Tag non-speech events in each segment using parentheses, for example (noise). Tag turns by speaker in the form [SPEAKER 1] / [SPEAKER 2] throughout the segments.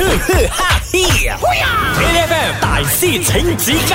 [SPEAKER 1] 哈嘿呀！8FM 大師請指教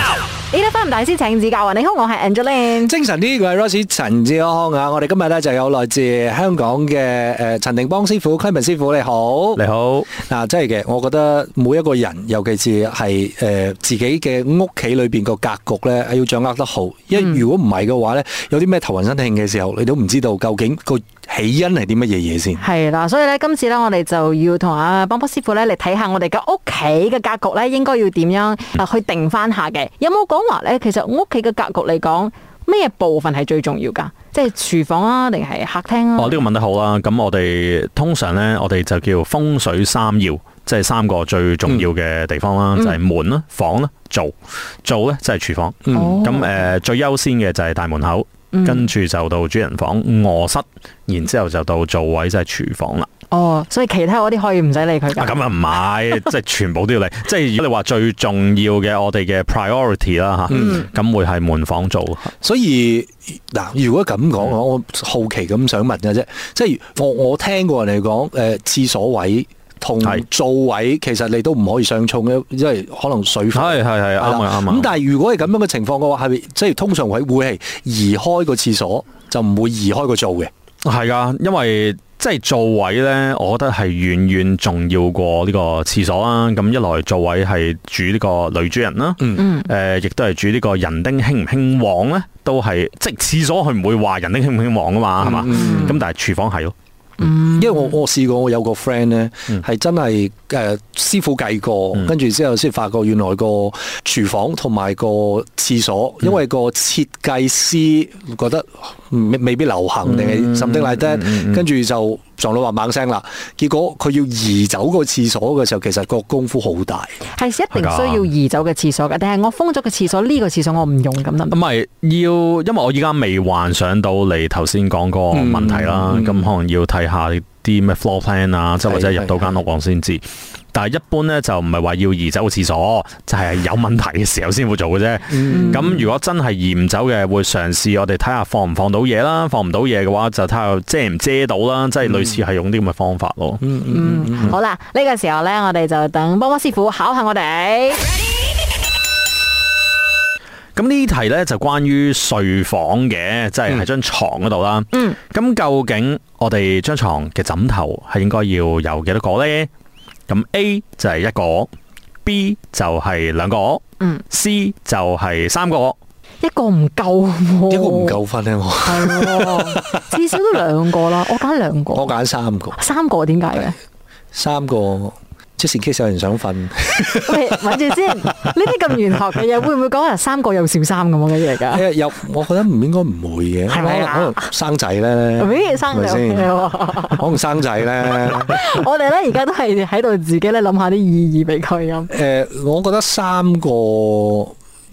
[SPEAKER 2] 呢得翻大師請指教啊！你好，我係 Angeline。
[SPEAKER 3] 精神啲，佢係 Rosie 陳志康啊！我哋今日咧就有來自香港嘅誒陳定邦師傅、昆文師傅，你好。
[SPEAKER 4] 你好，
[SPEAKER 3] 嗱、真係嘅，我覺得每一個人，尤其是係誒、呃自己嘅屋企裏邊個格局咧，要掌握得好。
[SPEAKER 4] 嗯
[SPEAKER 3] 因為如果唔係嘅話咧，有啲咩頭暈身慶嘅時候，你都唔知道究竟個起因係啲乜嘢嘢先。
[SPEAKER 2] 係啦，所以咧今次咧我哋就要同阿邦波師傅咧嚟睇下我哋嘅屋企嘅格局咧應該要點樣啊去定翻下嘅。有冇講話咧？其實屋企嘅格局嚟講，咩部分係最重要㗎？即係廚房啊，定係客廳啊？
[SPEAKER 4] 哦呢、個問得好啦。咁我哋通常呢，我哋就叫風水三要，即係三個最重要嘅地方啦，就係門啦、房啦、灶。灶呢，即係廚房。咁
[SPEAKER 2] 哦
[SPEAKER 4] 誒、呃最優先嘅就係大門口，跟住就到主人房、卧室，然之後就到座位即係廚房啦。
[SPEAKER 2] 哦，所以其他嗰啲可以唔使理佢
[SPEAKER 4] 啊，
[SPEAKER 2] 㗎。
[SPEAKER 4] 咁啊唔係， (laughs) 即係全部都要嚟。即係如果你話最重要嘅，我哋嘅 priority 啦吓，咁會係門房灶。
[SPEAKER 3] 所以嗱，如果咁講，
[SPEAKER 4] 嗯
[SPEAKER 3] 我我好奇咁想問嘅啫，即係我我聽過人哋講，誒、廁所位同
[SPEAKER 4] 係
[SPEAKER 3] 灶位其實你都唔可以相衝嘅，因為可能水分。
[SPEAKER 4] 係係係，啱
[SPEAKER 3] 啦
[SPEAKER 4] 啊啱
[SPEAKER 3] 咁
[SPEAKER 4] 啊。
[SPEAKER 3] 但係如果係咁樣嘅情況嘅話，係咪即係通常會會係移開個廁所，就唔會移開個灶嘅？
[SPEAKER 4] 系噶，啊因為即係座位呢，我覺得係遠遠重要過呢個廁所啦。咁一來座位係主呢個女主人啦，
[SPEAKER 3] 嗯
[SPEAKER 2] 嗯
[SPEAKER 4] 诶、亦都係主呢個人丁興唔興旺呢，都係即係廁所佢唔會話人丁興唔興旺噶嘛，係嘛、
[SPEAKER 3] 嗯
[SPEAKER 4] 咁但係廚房係咯，
[SPEAKER 2] 嗯
[SPEAKER 3] 因為我我試過，我有個 friend 咧
[SPEAKER 4] 嗯
[SPEAKER 3] 係真係誒、呃、師傅計過，
[SPEAKER 4] 嗯
[SPEAKER 3] 跟住之後先發覺原來個廚房同埋個廁所，因為個設計師覺得嗯未未必流行定係 something like that，跟住就撞到話猛聲啦。結果佢要移走個廁所嘅時候，其實個功夫好大。
[SPEAKER 2] 係一定
[SPEAKER 4] 係㗎
[SPEAKER 2] 需要移走嘅廁所嘅，定係我封咗嘅廁所呢個廁所我唔用咁得唔
[SPEAKER 4] 唔
[SPEAKER 2] 得？
[SPEAKER 4] 係要，因為我依家未幻想到你頭先講嗰個問題啦，
[SPEAKER 3] 嗯嗯
[SPEAKER 4] 咁、可能要睇下啲咩 floor plan 啊，即係或者
[SPEAKER 3] 係
[SPEAKER 4] 入到間屋我先知。但係一般咧就唔係話要移走個廁所，就係、有問題嘅時候先會做嘅啫。
[SPEAKER 3] 嗯
[SPEAKER 4] 咁、如果真係移唔走嘅，會嘗試我哋睇下放唔放到嘢啦，放唔到嘢嘅話就睇下遮唔遮到啦，即係類似係用啲咁嘅方法咯。
[SPEAKER 3] 嗯嗯
[SPEAKER 2] 嗯，好啦，呢個時候咧，我哋就等波波師傅考下我哋。
[SPEAKER 4] 咁呢題呢，就關於睡房嘅，即
[SPEAKER 3] 嗯
[SPEAKER 4] 係喺張床嗰度啦。
[SPEAKER 2] 嗯，
[SPEAKER 4] 咁究竟我哋張床嘅枕頭係應該要有幾多個呢？咁 A 就係一個，B 就係兩個，
[SPEAKER 2] 嗯
[SPEAKER 4] ，C 就係三個。
[SPEAKER 2] 一個唔夠喎，
[SPEAKER 3] 一個唔夠分咧，我
[SPEAKER 2] 係喎，至少都兩個啦。我揀兩個，
[SPEAKER 3] 我揀三個，
[SPEAKER 2] 三個點解嘅？
[SPEAKER 3] 三個。just in case 有人想瞓，
[SPEAKER 2] 喂，揾住先，呢啲咁玄學嘅嘢，會唔會講人三個有小三咁樣嘅嘢 (laughs)
[SPEAKER 3] (laughs)
[SPEAKER 2] 㗎？
[SPEAKER 3] 誒有我覺得唔應該唔會嘅，
[SPEAKER 2] 係咪啊
[SPEAKER 3] 可能可能生仔咧，
[SPEAKER 2] 咦，生
[SPEAKER 3] 係咪
[SPEAKER 2] 兩
[SPEAKER 3] 先
[SPEAKER 2] 嘅喎，
[SPEAKER 3] 可能生仔咧，
[SPEAKER 2] 我哋咧而家都係喺度自己咧諗下啲意義俾佢咁。 (laughs)
[SPEAKER 3] 诶、我覺得三個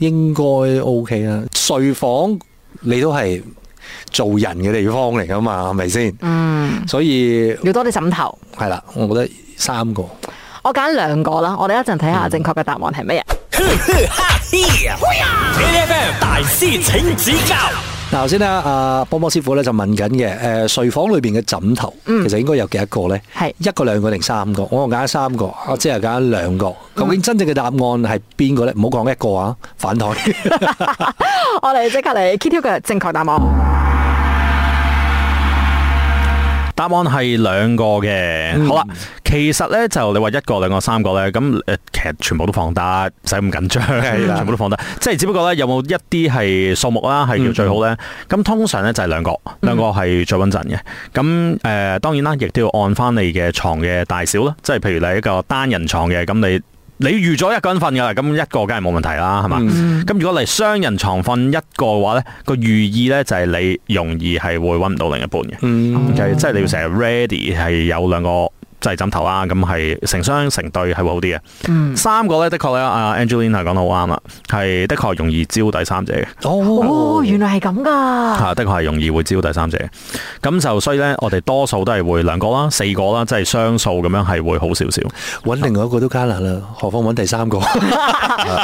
[SPEAKER 3] 應該 O K 啦。睡房你都係做人嘅地方嚟噶嘛，係咪先？
[SPEAKER 2] 嗯，
[SPEAKER 3] 所以
[SPEAKER 2] 要多啲枕頭。
[SPEAKER 3] 係啦，我覺得三個。
[SPEAKER 2] 我揀兩個啦，我哋一陣睇下正確嘅答案係乜嘢。
[SPEAKER 1] 哈嘿呀！8FM 大師請指教
[SPEAKER 3] 嗱，頭先咧，阿波波師傅咧就問緊嘅，诶、睡房裏边嘅枕頭其實應該有幾多個咧？
[SPEAKER 2] 係
[SPEAKER 3] 一個、兩個定三個？我揀三個，我即係揀兩個。究竟真正嘅答案係邊個咧？唔好講一個啊，反台。
[SPEAKER 2] 我哋即刻嚟揭曉嘅正確答案。
[SPEAKER 4] 答案係兩個嘅。好啦，其實呢，就你話一個、兩個、三個呢，咁誒其實全部都放得，唔使咁緊張，
[SPEAKER 3] 啦
[SPEAKER 4] 全部都放得。即係只不過呢，有冇一啲係數目啦，係叫最好呢？咁通常呢，就係兩個，兩個係最穩陣嘅。咁誒、呃、當然啦，亦都要按翻你嘅床嘅大小啦，即係譬如你一個單人床嘅，咁你。你預咗一個人瞓㗎啦，咁一個梗係冇問題啦，係嘛？咁、如果你雙人床瞓一個嘅話呢個寓意呢就係你容易係會揾唔到另一半嘅。
[SPEAKER 3] 嗯
[SPEAKER 4] OK，即係你要成日 ready 係有兩個即係枕頭啊啦，咁係成雙成對係會好啲嘅。
[SPEAKER 2] 嗯，
[SPEAKER 4] 三個咧，的確咧，阿 Angelina 講得好啱啦，係的確容易招第三者嘅，
[SPEAKER 2] 哦，原來係咁
[SPEAKER 4] 嚇、
[SPEAKER 2] 噶。
[SPEAKER 4] 的確係容易會招第三者嘅。咁就所以咧，我哋多數都係會兩個啦、四個啦，即係雙數咁樣係會好少少。
[SPEAKER 3] 揾另外一個都艱難啦，何況揾第三個？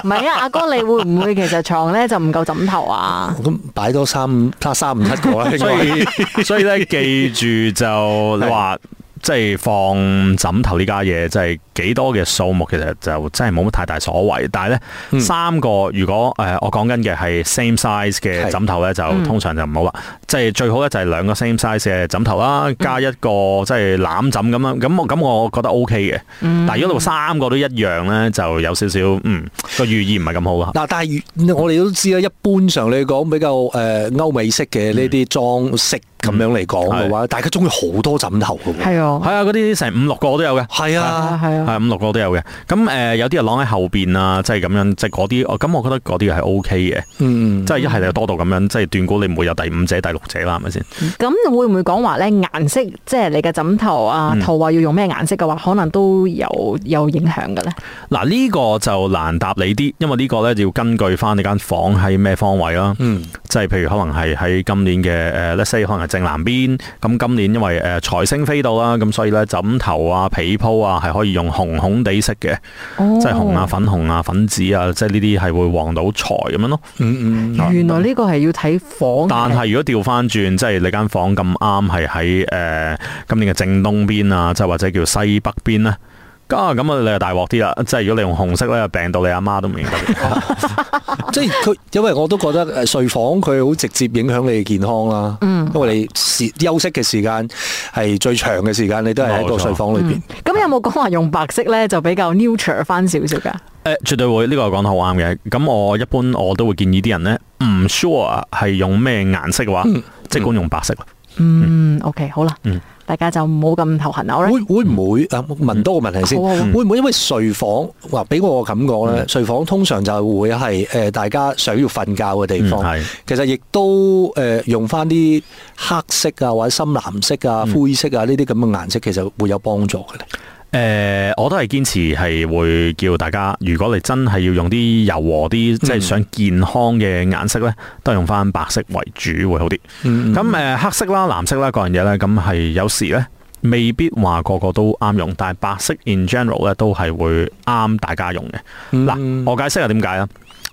[SPEAKER 2] 唔係啊，阿哥，你會唔會其實床咧就唔夠枕頭啊？
[SPEAKER 3] 咁擺多三五，三三五七個啦，
[SPEAKER 4] (laughs)
[SPEAKER 3] 應
[SPEAKER 4] 所
[SPEAKER 3] 該
[SPEAKER 4] 以所以咧，記住就你話即係放枕頭呢家嘢，即係幾多嘅數目，其實就真係冇乜太大所謂。但係咧，三個如果誒、呃我講緊嘅係 same size 嘅
[SPEAKER 3] 係
[SPEAKER 4] 枕頭咧，就通常就唔好啦。即係最好咧就係兩個 same size 嘅枕頭啦，加一個即係攬枕咁樣。咁我咁我覺得 O K 嘅。但係如果你話三個都一樣咧，就有少少嗯個寓意唔係咁好啦。啊
[SPEAKER 3] 嗱，但係我哋都知啦，一般上嚟講比較誒、呃、歐美式嘅呢啲裝飾咁樣嚟講嘅話，大家中意好多枕頭嘅喎。
[SPEAKER 2] 係
[SPEAKER 4] 係
[SPEAKER 2] 啊，
[SPEAKER 4] 啊，嗰啲成五六個都有嘅。
[SPEAKER 3] 係啊，
[SPEAKER 2] 係啊，
[SPEAKER 4] 係五六個都有嘅，咁誒、呃有啲人攞喺後邊啊，即係咁樣，即係嗰啲，哦咁我覺得嗰啲係 O K 嘅，
[SPEAKER 3] 嗯，
[SPEAKER 4] 即係一係就多到咁樣，即係斷估你唔會有第五者、第六者啦，係咪先？
[SPEAKER 2] 咁會唔會講話咧顏色，即係你嘅枕頭啊、套啊要用咩顏色嘅話，可能都有有影響嘅咧？
[SPEAKER 4] 嗱，呢個就難答你啲，因為呢個咧要根據翻你間房喺咩方位啦。
[SPEAKER 3] 嗯，
[SPEAKER 4] 即係譬如可能係喺今年嘅誒，let's 呃 say 可能係正南邊，咁今年因為誒財星飛到啦，咁所以咧枕頭啊、被鋪啊係可以用紅紅地色嘅，
[SPEAKER 2] 哦
[SPEAKER 4] 即係紅啊、粉紅啊、粉紫啊，即係呢啲係會旺到財咁樣咯。
[SPEAKER 3] 嗯嗯，
[SPEAKER 2] 哦原來呢個係要睇房，
[SPEAKER 4] 但係如果調翻轉，即係你間房咁啱係喺誒今年嘅正東邊啊，即係或者叫西北邊咧。啊，咁啊，你就大鑊啲啦！即係如果你用紅色咧，病到你阿媽都唔認得你。
[SPEAKER 3] 即係佢，因為我都覺得誒睡房佢好直接影響你嘅健康啦。嗯，因為你時休息嘅時間係最長嘅時間，你都係喺
[SPEAKER 4] 冇
[SPEAKER 3] 個
[SPEAKER 4] 錯
[SPEAKER 3] 睡房裏邊。
[SPEAKER 2] 咁有冇講話用白色咧就比較 neutral 翻少少噶？
[SPEAKER 4] 誒，絕對會呢、個講得好啱嘅。咁我一般我都會建議啲人咧，唔 sure 係用咩顏色嘅話，即管用白色啦。
[SPEAKER 2] 嗯，OK，好啦，大家就唔好咁頭痕啦。好啦
[SPEAKER 3] 會會唔會啊？問多個問題先，
[SPEAKER 2] 好啊好啊
[SPEAKER 3] 會唔會因為睡房話俾我個感覺咧？睡房通常就會係誒、呃大家想要瞓覺嘅地方，
[SPEAKER 4] 嗯係
[SPEAKER 3] 其實亦都誒、呃用翻啲黑色啊或者深藍色啊、灰色啊呢啲咁嘅顏色，其實會有幫助嘅咧。
[SPEAKER 4] 誒、呃我都係堅持係會叫大家，如果你真係要用啲柔和啲，即係想健康嘅顏色咧，都係用翻白色為主會好啲。咁誒、呃黑色啦、藍色啦嗰樣嘢咧，咁係有時咧未必話個個都啱用，但係白色 in general 咧都係會啱大家用嘅。嗱、我解釋下點解啦，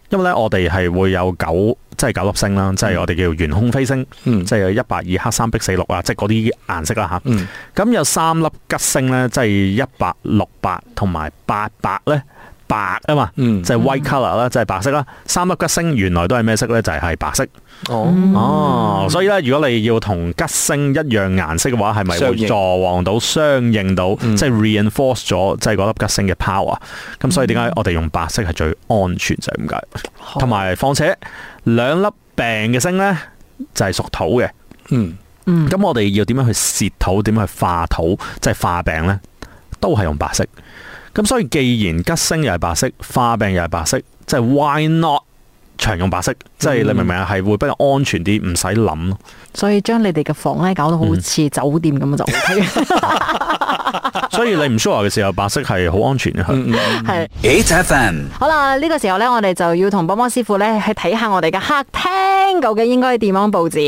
[SPEAKER 4] 因為咧我哋係會有九。即係九粒星啦，即係我哋叫懸空飛星，
[SPEAKER 3] 嗯
[SPEAKER 4] 即係一白二黑三碧四綠啊，即係嗰啲顏色啦吓。
[SPEAKER 3] 嗯
[SPEAKER 4] 咁有三粒吉星咧，即係一白、六白同埋八白咧，白啊嘛，
[SPEAKER 3] 嗯
[SPEAKER 4] 就係 white colour 啦，就係白色啦。三粒吉星原來都係咩色咧？就係、係白色。
[SPEAKER 3] 哦，
[SPEAKER 4] 哦，所以咧，如果你要同吉星一樣顏色嘅話，係咪
[SPEAKER 3] 相
[SPEAKER 4] 會
[SPEAKER 3] 應嗯
[SPEAKER 4] 助旺到、相應到，即係 reinforce 咗，即係嗰粒吉星嘅 power？咁所以點
[SPEAKER 3] 嗯
[SPEAKER 4] 解我哋用白色係最安全就係咁解？同埋況且兩粒病嘅星咧，就係屬土嘅。
[SPEAKER 3] 嗯
[SPEAKER 4] 咁我哋要點樣去泄土，點樣去化土，即係化病呢？都係用白色。咁所以既然吉星又係白色，化病又係白色，即係 why not 常用白色？即係你明唔明啊？係會比較安全啲，唔使諗咯。
[SPEAKER 2] 所以將你哋嘅房咧搞到好似酒店咁啊就 OK，
[SPEAKER 4] 所以你唔 sure 嘅時候，白色係好安全嘅。
[SPEAKER 2] 係。
[SPEAKER 1] 8FM
[SPEAKER 2] 好啦，呢、個時候咧，我哋就要同幫幫師傅咧去睇下我哋嘅客廳究竟應該點樣佈置。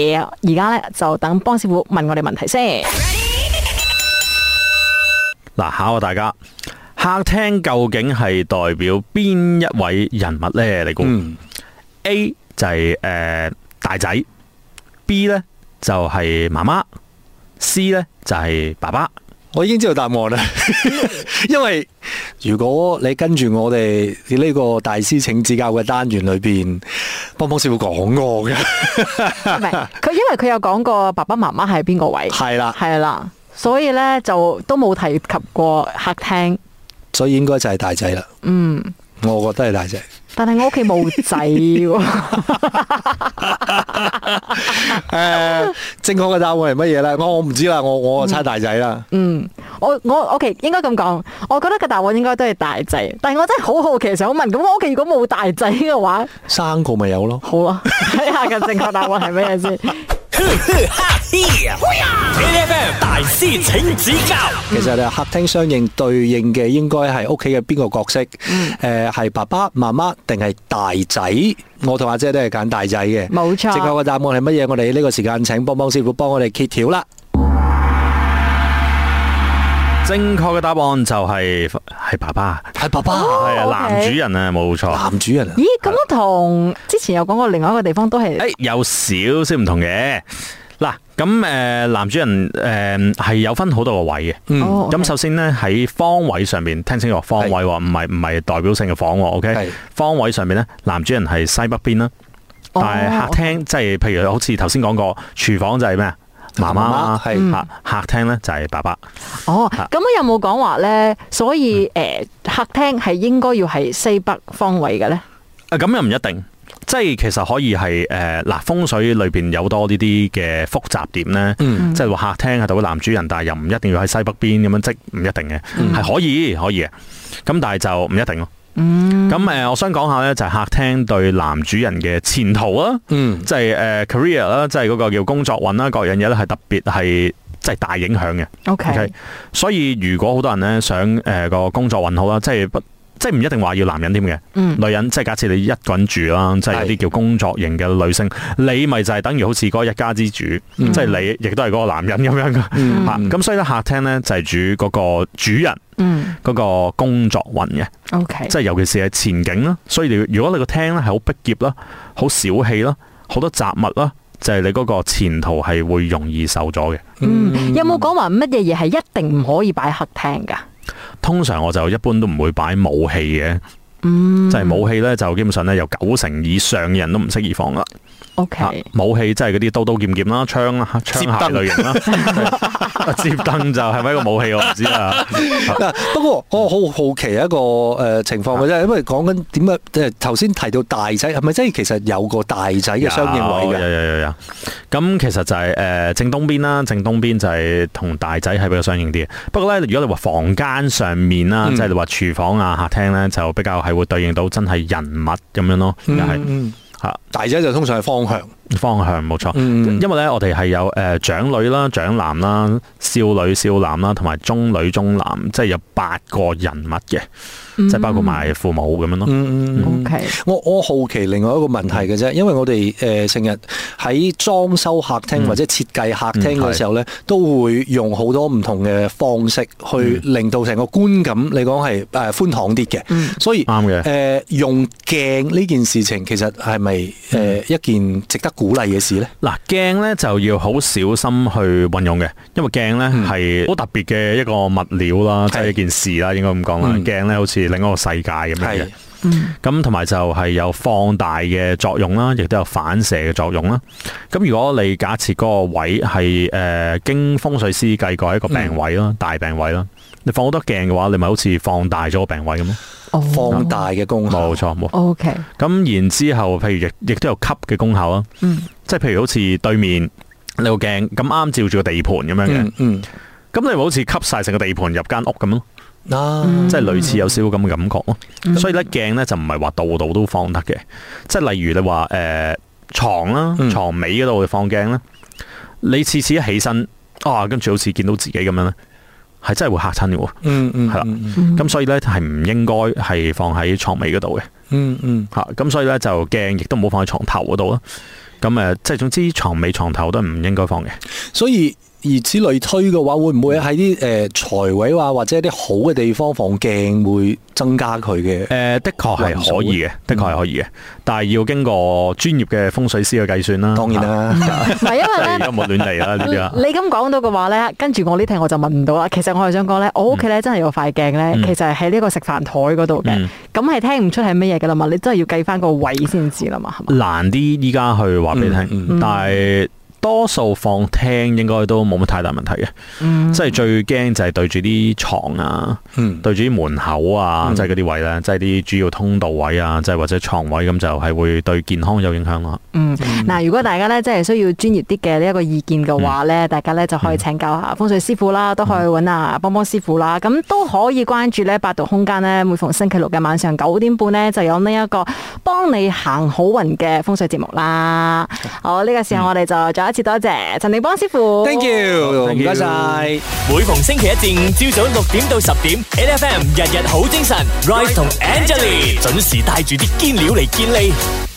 [SPEAKER 2] 而家咧就等幫師傅問我哋問題先。
[SPEAKER 4] 嗱，考下大家，客廳究竟係代表邊一位人物呢？你估、
[SPEAKER 3] 嗯
[SPEAKER 4] A 就係、呃大仔，B 呢就係媽媽，C 呢就係爸爸。
[SPEAKER 3] 我已經知道答案啦，因為如果你跟住我哋呢個大師請指教嘅單元裏邊，幫幫師傅講過嘅，
[SPEAKER 2] 唔係佢因為佢有講過爸爸媽媽係邊個位，
[SPEAKER 3] 係啦，
[SPEAKER 2] 係啦，所以咧就都冇提及過客廳。
[SPEAKER 3] 所以應該就係大仔啦。
[SPEAKER 2] 嗯，
[SPEAKER 3] 我覺得係大隻。
[SPEAKER 2] 但係我屋企冇仔喎。
[SPEAKER 3] 誒、正確嘅答案係乜嘢咧？我我唔知啦，我我猜大仔啦。
[SPEAKER 2] 嗯，我我 OK 應該咁講，我覺得個答案應該都係大掣，但係我真係好好奇想問，咁我屋企如果冇大掣嘅話，
[SPEAKER 3] 生個咪有咯。
[SPEAKER 2] 好啊，睇下個正確答案係咩嘢先。
[SPEAKER 1] 8FM 大師請指教
[SPEAKER 3] 其實你客廳相應對應嘅應該係屋企嘅邊個角色？誒、
[SPEAKER 2] 嗯
[SPEAKER 3] 呃係爸爸媽媽定係大仔？我同阿姐都係揀大仔嘅。
[SPEAKER 2] 冇錯
[SPEAKER 3] 正確嘅答案係乜嘢？我哋呢個時間請幫幫師傅幫我哋揭曉啦。
[SPEAKER 4] 正確嘅答案就係係爸爸，
[SPEAKER 3] 係爸爸，
[SPEAKER 4] 係啊，
[SPEAKER 2] OK
[SPEAKER 4] 男主人啊，冇錯。
[SPEAKER 3] 哦男主人啊。
[SPEAKER 2] (laughs) 咦，咁
[SPEAKER 4] 哎
[SPEAKER 2] 我同之前有講過另外一個地方都係
[SPEAKER 4] 誒，有少少唔同嘅。嗱，咁誒、呃男主人誒係、有分好多個位嘅。
[SPEAKER 2] 哦
[SPEAKER 4] 咁首先呢，喺方位上面聽清楚方位喎，唔係唔係代表性嘅房喎
[SPEAKER 3] 係
[SPEAKER 4] ，OK？方位上面呢，男主人係西北邊啦，
[SPEAKER 2] 哦
[SPEAKER 4] 但係客廳即係譬如好似頭先講過，廚房就係咩啊？媽媽啦，
[SPEAKER 3] 媽媽係
[SPEAKER 4] 嚇客廳呢就係爸爸，
[SPEAKER 2] 哦，咁有冇講話咧？所以诶，客廳係應該要係西北方位嘅咧？
[SPEAKER 4] 啊咁又唔一定。即係其實可以係誒嗱風水裏邊有多呢啲嘅複雜點咧，
[SPEAKER 3] 嗯
[SPEAKER 4] 即係話客廳係代表男主人，但係又唔一定要喺西北邊咁樣，即唔一定嘅，係、可以可以嘅。咁但係就唔一定咯。
[SPEAKER 2] 嗯
[SPEAKER 4] 咁誒、我想講下咧，就係客廳對男主人嘅前途啦，
[SPEAKER 3] 嗯
[SPEAKER 4] 即係誒、career 呃啦，即係嗰個叫工作運啦，各樣嘢咧係特別係即係大影響嘅。
[SPEAKER 2] OK，
[SPEAKER 4] OK，所以如果好多人咧想誒個、工作運好啦，即係不即係唔一定話要男人添嘅，
[SPEAKER 2] 嗯
[SPEAKER 4] 女人即係假設你一個人住啦，即係
[SPEAKER 3] 係
[SPEAKER 4] 啲叫工作型嘅女性，你咪就係等於好似嗰個一家之主，
[SPEAKER 2] 嗯
[SPEAKER 4] 即係你亦都係嗰個男人咁樣嘅 (laughs)
[SPEAKER 3] 嗯
[SPEAKER 4] 嚇咁所以咧客廳咧就係主嗰個主人
[SPEAKER 2] 嗯
[SPEAKER 4] 嗰個工作運嘅，
[SPEAKER 2] ，OK，
[SPEAKER 4] 即係尤其是係前景啦。所以你如果你個廳咧係好逼仄啦、好小氣啦、好多雜物啦，就係、你嗰個前途係會容易受阻嘅。
[SPEAKER 2] 嗯，有冇講話乜嘢嘢係一定唔可以擺客廳㗎？
[SPEAKER 4] 通常我就一般都唔會擺武器嘅，
[SPEAKER 2] 嗯
[SPEAKER 4] 就係武器咧就基本上咧有九成以上嘅人都唔適宜放啦。啊
[SPEAKER 2] OK，
[SPEAKER 4] 武器即係嗰啲刀刀劍劍啦、槍啦、槍械類型啦，啊接燈就係咪一個武器我唔知啊啦。
[SPEAKER 3] 嗱，啊不過我好好奇一個誒情況嘅啫，因為講緊點解即係頭先提到大仔，係咪即係其實有個大仔嘅相應
[SPEAKER 4] 有
[SPEAKER 3] 位嘅？
[SPEAKER 4] 有有有有。咁其實就係誒正東邊啦，正東邊就係同大仔係比較相應啲嘅。不過咧，如果你話房間上面啦，
[SPEAKER 3] 嗯
[SPEAKER 4] 即係你話廚房啊、客廳咧，就比較係會對應到真係人物咁樣咯，又係
[SPEAKER 3] 嗯
[SPEAKER 4] 嚇
[SPEAKER 3] 大仔就通常係方向，
[SPEAKER 4] 方向冇錯。
[SPEAKER 3] 嗯
[SPEAKER 4] 因為咧，我哋係有誒、呃、長女啦、長男啦、少女、少男啦，同埋中女、中男，即係有八個人物嘅，即係包括埋父母咁樣咯。
[SPEAKER 3] 嗯嗯
[SPEAKER 2] OK
[SPEAKER 3] 我我好奇另外一個問題嘅啫，
[SPEAKER 4] 嗯
[SPEAKER 3] 因為我哋誒成日喺裝修客
[SPEAKER 4] 嗯
[SPEAKER 3] 廳或者設計客廳嘅時候咧，都會用好多唔同嘅方式去
[SPEAKER 4] 嗯
[SPEAKER 3] 令到成個觀感，你講係誒寬敞啲嘅，所以
[SPEAKER 4] 啱嘅
[SPEAKER 3] 誒用鏡呢件事情其實係咪呃
[SPEAKER 4] 嗯
[SPEAKER 3] 誒一件值得鼓勵嘅事咧？
[SPEAKER 4] 嗱、鏡咧就要好小心去運用嘅，因為鏡咧係好特別嘅一個物料啦，即係
[SPEAKER 3] 嗯係
[SPEAKER 4] 一件事啦，應該咁講啦。
[SPEAKER 3] 嗯
[SPEAKER 4] 鏡咧好似另一個世界咁樣嘅
[SPEAKER 3] 係。
[SPEAKER 4] 咁同埋就係有放大嘅作用啦，亦都有反射嘅作用啦。咁如果你假設嗰個位係誒、呃、經風水師計過係一個病位啦，大病位啦，你放好多鏡嘅話，你咪好似放大咗個病位咁咯。
[SPEAKER 3] 放大嘅功效，
[SPEAKER 4] 冇錯冇。
[SPEAKER 2] 哦 OK，
[SPEAKER 4] 咁然之後，譬如亦亦都有吸嘅功效啦。
[SPEAKER 2] 嗯
[SPEAKER 4] 即係譬如好似對面你個鏡咁啱照住個地盤咁樣嘅，咁、
[SPEAKER 3] 嗯嗯，
[SPEAKER 4] 你咪好似吸晒成個地盤入間屋咁咯。
[SPEAKER 3] 啊，
[SPEAKER 4] 即係類似有少少咁嘅感覺咯。所以咧鏡咧就唔係話度度都放得嘅，即係例如你話誒、呃、床啦，
[SPEAKER 3] 嗯
[SPEAKER 4] 床尾嗰度你放鏡咧，你次次一起身啊，跟住好似見到自己咁樣咧，係真係會嚇親嘅喎。
[SPEAKER 3] 嗯嗯，
[SPEAKER 4] 係啦
[SPEAKER 3] 嗯
[SPEAKER 4] 咁所以咧係唔應該係放喺床尾嗰度嘅
[SPEAKER 3] 嗯嗯，
[SPEAKER 4] 嚇，咁所以咧就鏡亦都唔好放喺床頭嗰度啦。咁誒，即係總之床尾床頭都唔應該放嘅。
[SPEAKER 3] 所以。而此類推嘅話，會唔會喺啲誒財位啊，或者一啲好嘅地方放鏡，會增加佢嘅
[SPEAKER 4] 誒、的確係可以
[SPEAKER 3] 嗯
[SPEAKER 4] 嘅，的確係可以嘅，但係要經過專業嘅風水師嘅計算啦。
[SPEAKER 3] 當然啦，
[SPEAKER 2] 唔係因為
[SPEAKER 4] 嚇， (laughs) 即係
[SPEAKER 2] 咧。
[SPEAKER 4] 唔好亂嚟啦呢啲啊。
[SPEAKER 2] 你咁講到嘅話咧，跟住我呢題我就問唔到啦。其實我係想講咧，我屋企咧真係有塊鏡咧，其實係喺呢個食飯台嗰度嘅，
[SPEAKER 4] 嗯
[SPEAKER 2] 咁係聽唔出係乜嘢噶啦嘛。你真係要計翻個位先知啦嘛，係嘛？
[SPEAKER 4] 難啲依家去話俾你聽，但係多數放廳應該都冇乜太大問題嘅，即係最驚就係對住啲床啊，
[SPEAKER 3] 嗯
[SPEAKER 4] 對住啲門口啊，即係嗰啲位咧，即係啲主要通道位啊，即係或者床位咁就係會對健康有影響咯。
[SPEAKER 2] 嗯，嗱，如果大家咧真係需要專業啲嘅呢一個意見嘅話咧，大家咧就可以請教下風水師傅啦，都可以揾啊幫幫師傅啦，咁都可以關注咧百度空間咧，每逢星期六嘅晚上九點半咧就有呢一個幫你行好運嘅風水節目啦。好，呢、個時候我哋就再一次多謝陳定邦師傅。
[SPEAKER 3] Thank you，唔該晒。
[SPEAKER 1] 每逢星期一至五朝早六點到十點，N F M 日日好精神，Rise 同 Angelie 準時帶住啲堅料嚟健利。